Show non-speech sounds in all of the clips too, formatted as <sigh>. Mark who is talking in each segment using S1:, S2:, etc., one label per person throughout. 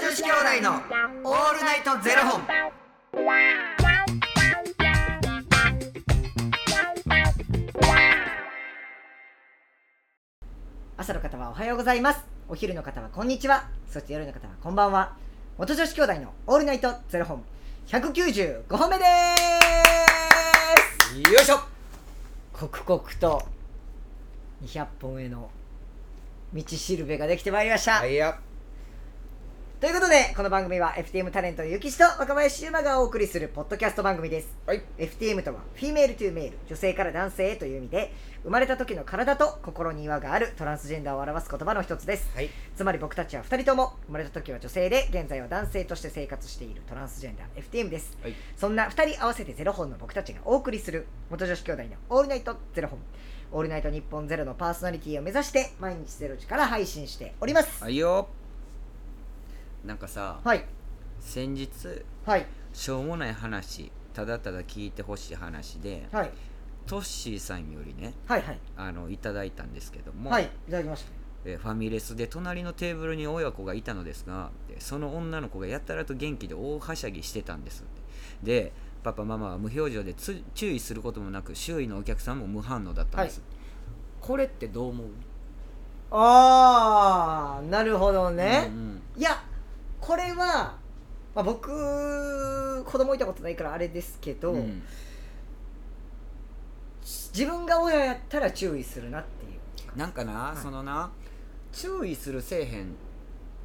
S1: 子兄弟のオールナイトゼロ本。
S2: 朝の方はおはようございますお昼の方はこんにちはそして夜の方はこんばんは元女子兄弟のオールナイトゼロ本195本目です
S1: よいしょ。
S2: 刻々と200本への道しるべができてまいりました、
S1: はいや。
S2: ということでこの番組は FTM タレントのゆきしと若林優馬がお送りするポッドキャスト番組です
S1: はい。
S2: FTM とはフィメールトゥーメール女性から男性へという意味で生まれた時の体と心に違和があるトランスジェンダーを表す言葉の一つです
S1: はい。
S2: つまり僕たちは2人とも生まれた時は女性で現在は男性として生活しているトランスジェンダー FTM です
S1: はい。
S2: そんな2人合わせてゼロ本の僕たちがお送りする元女子兄弟の「オールナイトゼロ本」「オールナイト日本ゼロのパーソナリティを目指して毎日ゼロ時から配信しております
S1: はいよ。なんかさ、
S2: はい
S1: 先日
S2: はい
S1: しょうもない話、ただただ聞いてほしい話で、
S2: はい
S1: トッシーさんよりね、
S2: はいはい
S1: あのいただいたんですけども、
S2: はいいただきました
S1: えーファミレスで隣のテーブルに親子がいたのですがでその女の子がやたらと元気で大はしゃぎしてたんですでパパママは無表情でつ注意することもなく周囲のお客さんも無反応だったんです、これってどう思う
S2: あーなるほど
S1: う
S2: ね、
S1: ん
S2: いやこれは、まあ、僕子供いたことないからあれですけ
S1: う
S2: ど、
S1: んうん
S2: 自分が親やったら注意するなっていう
S1: なんかな、
S2: い
S1: そのな注意するせえへん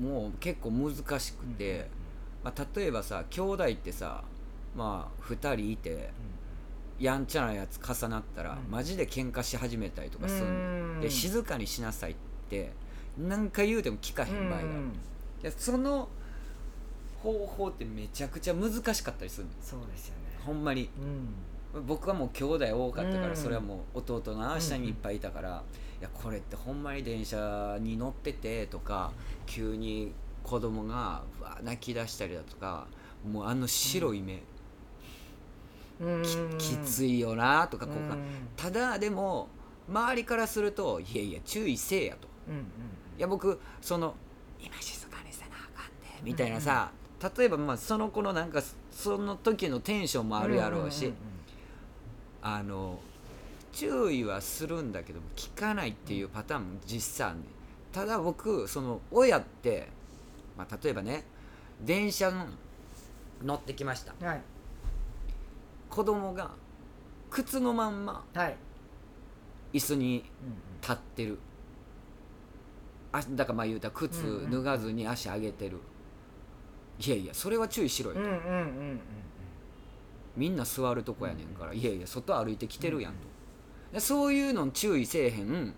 S1: もう結構難しくて、まあ、例えばさ兄弟ってさまあ2人いてやんちゃなやつ重なったら、
S2: うん
S1: マジで喧嘩し始めたりと
S2: う
S1: か
S2: ん
S1: すんの
S2: うん
S1: で静かにしなさいって何回言うても聞かへん場合がある、
S2: う
S1: い
S2: ん
S1: やその方法ってめちゃくちゃ難しかったりするの
S2: そうですよね
S1: ほんまに
S2: うん
S1: 僕はもう兄弟多かったから、
S2: うん
S1: それはもう弟の下にいっぱいいたから、いやこれってほんまに電車に乗っててとか急に子供がうわ泣き出したりだとかもうあの白い目、
S2: うん
S1: ききついよなとかこうか、
S2: うん
S1: ただでも周りからするといやいや注意せえやと
S2: うんうん
S1: いや僕その今静かにせなあかんでみたいなさ、例えばまあその子のなんかその時のテンションもあるやろう
S2: ん
S1: し、
S2: ん
S1: あの注意はするんだけど聞かないっていうパターンも実際あんねんただ僕その親って、まあ、例えばね電車の乗ってきました
S2: うんはい
S1: 子供が靴のまんま
S2: はい
S1: 椅子に
S2: うんうん
S1: 立ってるあだからまあ言うたら靴
S2: うんうん
S1: 脱がずに足上げてる、いやいやそれは注意しろよ、
S2: うんうんうんうん
S1: みんな座るとこやねんから、いやいや外歩いてきてるやんと
S2: うん、
S1: でそういうのに注意せえへん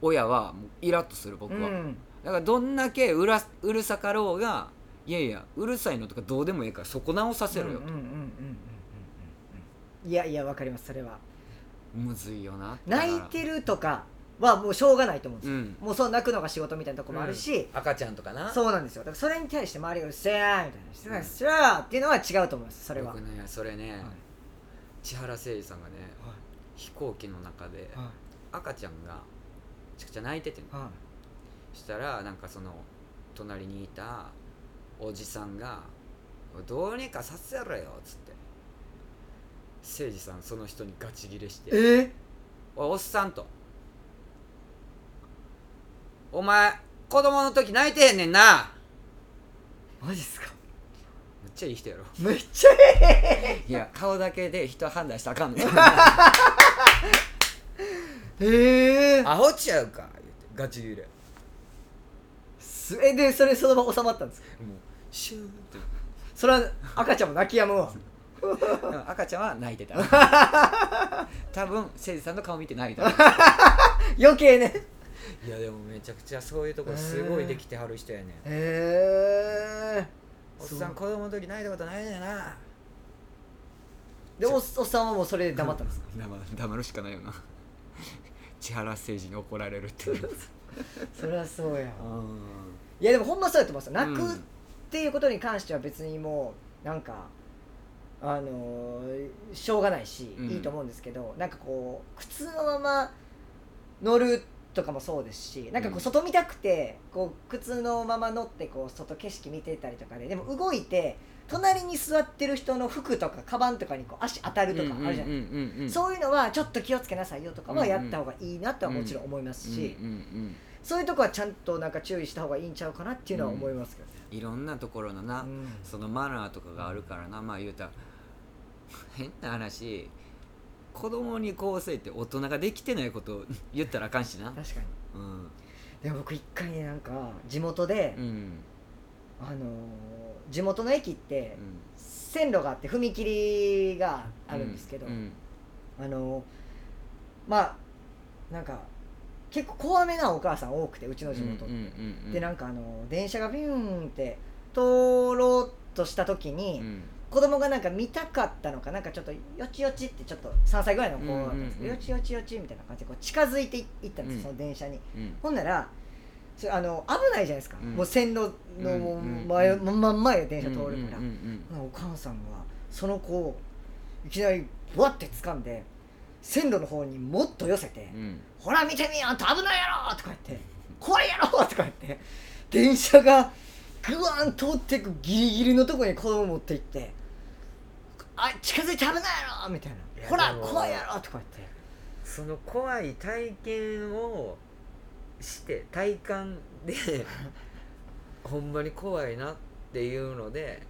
S1: 親はもうイラッとする僕は、
S2: うん
S1: だからどんだけうらうるさかろうがいやいやうるさいのとかどうでもいいからそこ直させろよ
S2: うんうんうんうんうんうんいやいやわかりますそれは
S1: と、むずいよなだから
S2: 泣いてるとかはもうしょうがないと思うんで
S1: う
S2: すよ
S1: ん
S2: もうそう泣くのが仕事みたいなとこもあるし、
S1: 赤ちゃんとかな
S2: そうなんですよだからそれに対して周りが「うっせー」みたいな「してな
S1: う
S2: い
S1: ん
S2: しらー」っていうのは違うと思いますそれは、
S1: 僕ねそれね、千原誠二さんがね飛行機の中で
S2: は
S1: 赤ちゃんがめちゃくちゃ泣いててん
S2: いは
S1: したらなんかその隣にいたおじさんが「おいどうにかさせろよ」っつって誠司さんその人にガチギレし
S2: い、
S1: て
S2: え
S1: 「おいおっさん」と「お前子供の時泣いてへんねんな
S2: マジっすか」
S1: めっちゃいい人やろ
S2: めっちゃえ
S1: いや顔だけで人判断したらあかんねん
S2: えええ
S1: <laughs> アホちゃうか言ってガチギレ
S2: すえでそれそのまま収まったんですか
S1: もうシューンって
S2: それは赤ちゃんも泣き止むわ
S1: うん赤ちゃんは泣いて <laughs> た多分誠司さんの顔見て泣いた
S2: 余計ね
S1: いやでもめちゃくちゃそういうところすごいできてはる人やねん
S2: へえ
S1: おっさん子供の時泣いたことないねんな
S2: でおおっさんはもうそれで黙ったんですか
S1: 黙黙るしかないよな千原誠司に怒られるっていう
S2: <laughs> そりゃそうや
S1: うん
S2: いやでもほんまそうやと思います
S1: うん
S2: 泣くっていうことに関しては別にもうなんかあのーしょうがないし、
S1: うん
S2: いいと思うんですけどなんかこう靴のまま乗るとかもそうですしなんかこ
S1: うん
S2: う外見たくてこう靴のまま乗ってこう外景色見てたりとかででも動いて隣に座ってる人の服とかカバンとかにこう足当たるとかあるじゃない、ん
S1: んう
S2: そういうのはちょっと気をつけなさいよとかはやった方がいいなとはもちろん思いますし、
S1: んうんうん
S2: そういうとこはちゃんとなんか注意した方がいいんちゃうかなっていうのは思いますけどね。
S1: いろんなところのな、
S2: うん
S1: そのマナーとかがあるからなまあ言うたら変な話子供にこうせえって大人ができてないことを言ったらあかんしな
S2: 確かに
S1: うん
S2: でも僕一回ねなんか地元で、
S1: うん
S2: あのー地元の駅って線路があって踏切があるんですけど、
S1: うん
S2: あのーまあなんか結構怖めなお母さん多くてうちの地元って、
S1: うんうんうん
S2: でなんかあのー電車がビューンって通ろうとした時
S1: う
S2: に、
S1: ん
S2: 子供がなんか見たかったのかなんかちょっとよちよちってちょっと3歳ぐらいの子だったんですけど、
S1: うんうん
S2: よ
S1: うん
S2: ちよちよちみたいな感じでこう近づいていったんです、
S1: うん
S2: その電車に
S1: うん
S2: ほんならそれあの危ないじゃないですか、
S1: うん
S2: もう線路のもう前、
S1: うん
S2: 真ん前で電車通るから、
S1: うんうん
S2: お母さんはその子をいきなりぶわって掴んで線路の方にもっと寄せて「
S1: うんうん
S2: ほら見てみあんた危ないやろ!」とか言って「怖いやろ!」とか言って電車がぐわーん通ってくギリギリのとこに子供持って行って「あ近づいて危ないやろ!」みたいな「
S1: いや
S2: ほら
S1: でも
S2: 怖いやろ!」とか言って。
S1: その怖い体験をして体感でほんまに怖いなっていうので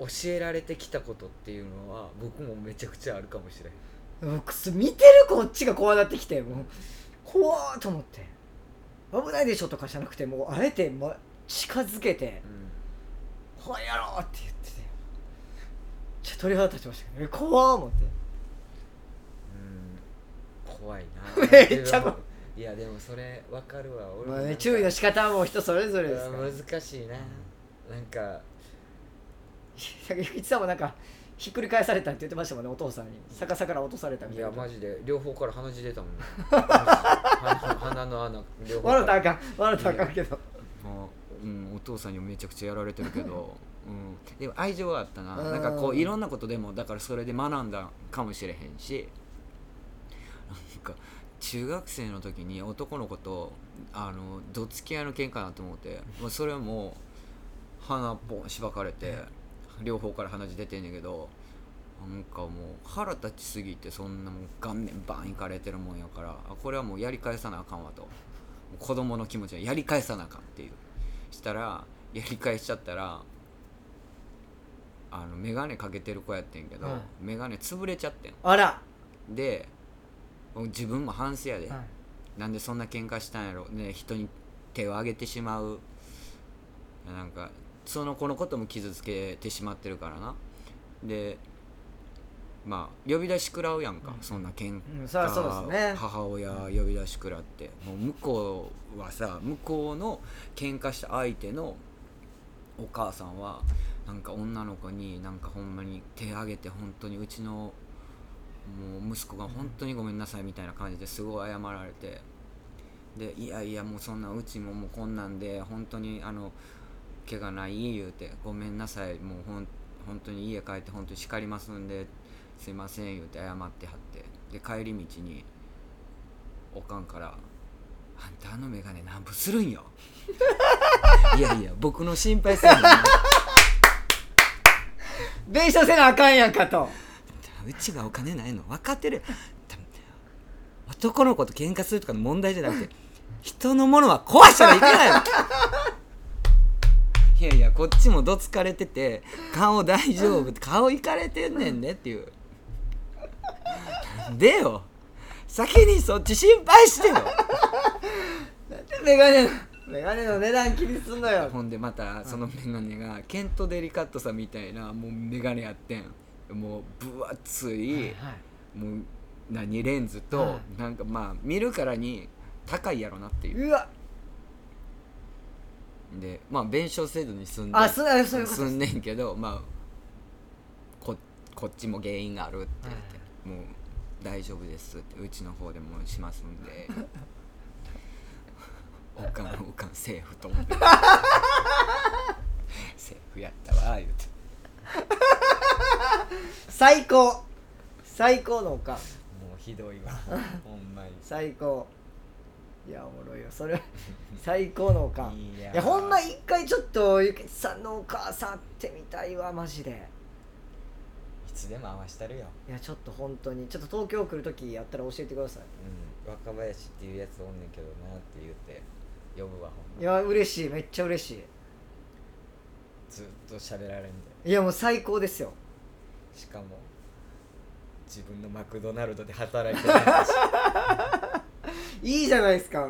S1: 教えられてきたことっていうのは僕もめちゃくちゃあるかもしれん
S2: もうくそ見てるこっちが怖なってきてもう怖ーと思って危ないでしょとかじゃなくてもうあえて、ま、近づけて「怖いやろ!」って言っててちょっと鳥肌立ちましたけどえ怖ー思って
S1: うん、怖いな
S2: めっちゃ怖
S1: いやでもそれわかるわ俺
S2: ま
S1: も
S2: あ
S1: なん
S2: ね
S1: か
S2: 注意の仕方はもう人それぞれですから
S1: うん難しいななんか
S2: <laughs> ゆきちさんもなんかひっくり返されたって言ってましたもんねお父さんに逆さから落とされたみ
S1: い
S2: たいな
S1: やマジで両方から鼻血出たもん、ね、鼻鼻の穴両方か
S2: 笑
S1: ら
S2: ったらあかん笑ったらあかんけど
S1: もう、うん、お父さんにもめちゃくちゃやられてるけ
S2: <laughs>
S1: ど、うん、でも愛情はあったな
S2: うん
S1: なんかこういろんなことでもだからそれで学んだかもしれへんしなんか中学生の時に男の子とあのどつき合いの喧嘩だと思ってもうそれはもう鼻ポンしばかれて両方から鼻血出てんねんけどなんかもう腹立ちすぎてそんなもう顔面バーンいかれてるもんやからあこれはもうやり返さなあかんわと子供の気持ちはやり返さなあかんっていうしたらやり返しちゃったらあの眼鏡かけてる子やってんけど、
S2: はい
S1: メガ眼鏡潰れちゃって
S2: あら、
S1: んで自分も反省やで、
S2: はい
S1: なんでそんな喧嘩したんやろ、ね、人に手を挙げてしまうなんかその子のことも傷つけてしまってるからなでまあ呼び出し食らうやんか、
S2: うん
S1: そんな喧嘩
S2: うん、そりゃそうですね
S1: 母親呼び出し食らってもう向こうはさ向こうの喧嘩した相手のお母さんはなんか女の子になんかほんまに手挙げて本当にうちのもう息子が本当にごめんなさいみたいな感じですごい謝られてでいやいやもうそんなうちももうこんなんで本当にあの怪我ない言うてごめんなさいもうほん本当に家帰って本当に叱りますんですいません言うて謝ってはってで帰り道におかんから「あんたあの眼鏡なんぼするんよ」 <laughs> いやいや僕の心配せんのに
S2: 弁償せなあかんやんかと
S1: うちがお金ないの分かってる多分男の子と喧嘩するとかの問題じゃなくて人のものは壊したらいけないのいやいやこっちもどつかれてて顔大丈夫顔いかれてんねんねっていうなんでよ先にそっち心配してよ
S2: なんでメガネのメガネの値段気にすんのよ
S1: ほんでまたそのメガネがケント・デリカットさんみたいなもうメガネやってんもう分厚いもう何レンズと、
S2: は
S1: なんかまあ見るからに高いやろなっていう
S2: うわ
S1: でまあ弁償制度に住んで
S2: あそうあそういうこと
S1: 住んでんけどまあここっちも原因があるって言って、もう大丈夫ですってうちの方でもしますん <laughs> でおかんおかんセーフと思 <laughs> ってセーフやったわ言うて
S2: 最高最高のおかん
S1: <laughs> もうひどいわほんまに
S2: 最高いやおもろいよそれは最高のおかんい
S3: いや
S2: やほんま一回ちょっとゆきさんのお母さん会ってみたいわマジで
S1: つでも合わしたるよ、
S2: いやちょっと本当にちょっと東京来る時やったら教えてください
S1: うん、若林っていうやつおんねんけどなって言って呼ぶわほんま
S2: いや嬉しいめっちゃ嬉し
S1: ずっと喋られんで
S2: いいやもう最高ですよ
S1: しかも自分のマクドナルドで働いてないし
S2: <laughs> いいじゃないですか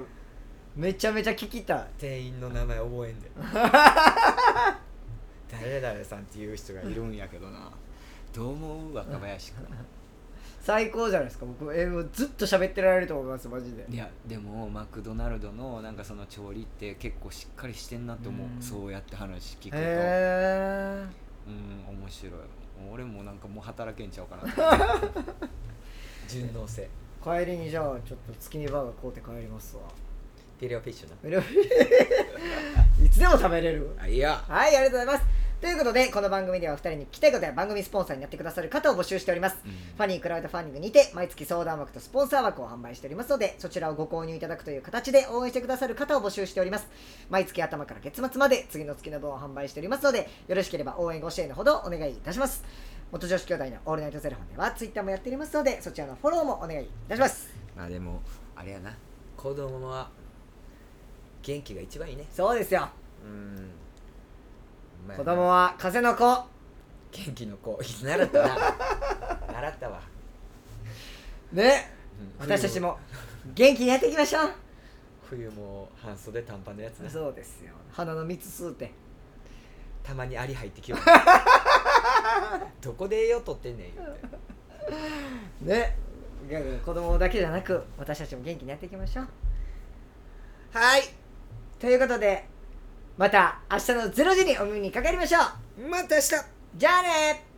S2: めちゃめちゃ聞きたい
S1: 店員の名前覚えんで誰々さんっていう人がいるんやけどなどう思う若
S2: <laughs>
S1: 林君
S2: 最高じゃないですか僕英語ずっと喋ってられると思いますマジで
S3: いやでもマクドナルドのなんかその調理って結構しっかりしてんなって思う、
S2: うん
S3: そうやって話聞くと、
S2: へえ
S3: うん面白い俺もなんかもう働けんちゃうかなって
S1: <laughs> 順応性
S2: 帰りにじゃあちょっと月にバーガー買うて帰りますわ <laughs>
S1: ピレオフィッシュない
S2: つでも食べれる
S1: あいや
S2: はいありがとうございますということでこの番組ではお二人に聞きたいことや番組スポンサーになってくださる方を募集しております、ファニークラウドファンディングにて毎月相談枠とスポンサー枠を販売しておりますのでそちらをご購入いただくという形で応援してくださる方を募集しております毎月頭から月末まで次の月の分を販売しておりますのでよろしければ応援ご支援のほどお願いいたします元女子兄弟のオールナイトゼロフォンではツイッターもやっておりますのでそちらのフォローもお願いいたします
S1: まあでもあれやな子供は元気が一番いいね
S2: そうですよ
S1: うんまあ
S2: 子供は風の子
S1: 元気の子習ったな <laughs> 習ったわ、
S2: ね
S1: うん
S2: 私たちも元気にやっていきましょう
S1: 冬も半袖短パンのやつな
S2: そうですよ花の蜜吸うて
S1: たまにアリ入って <laughs> きよるどこで栄養取ってんねん言って
S2: ね子供だけじゃなく私たちも元気にやっていきましょうはいということでまた明日の0時にお耳にかかりましょう
S1: また明日
S2: じゃあね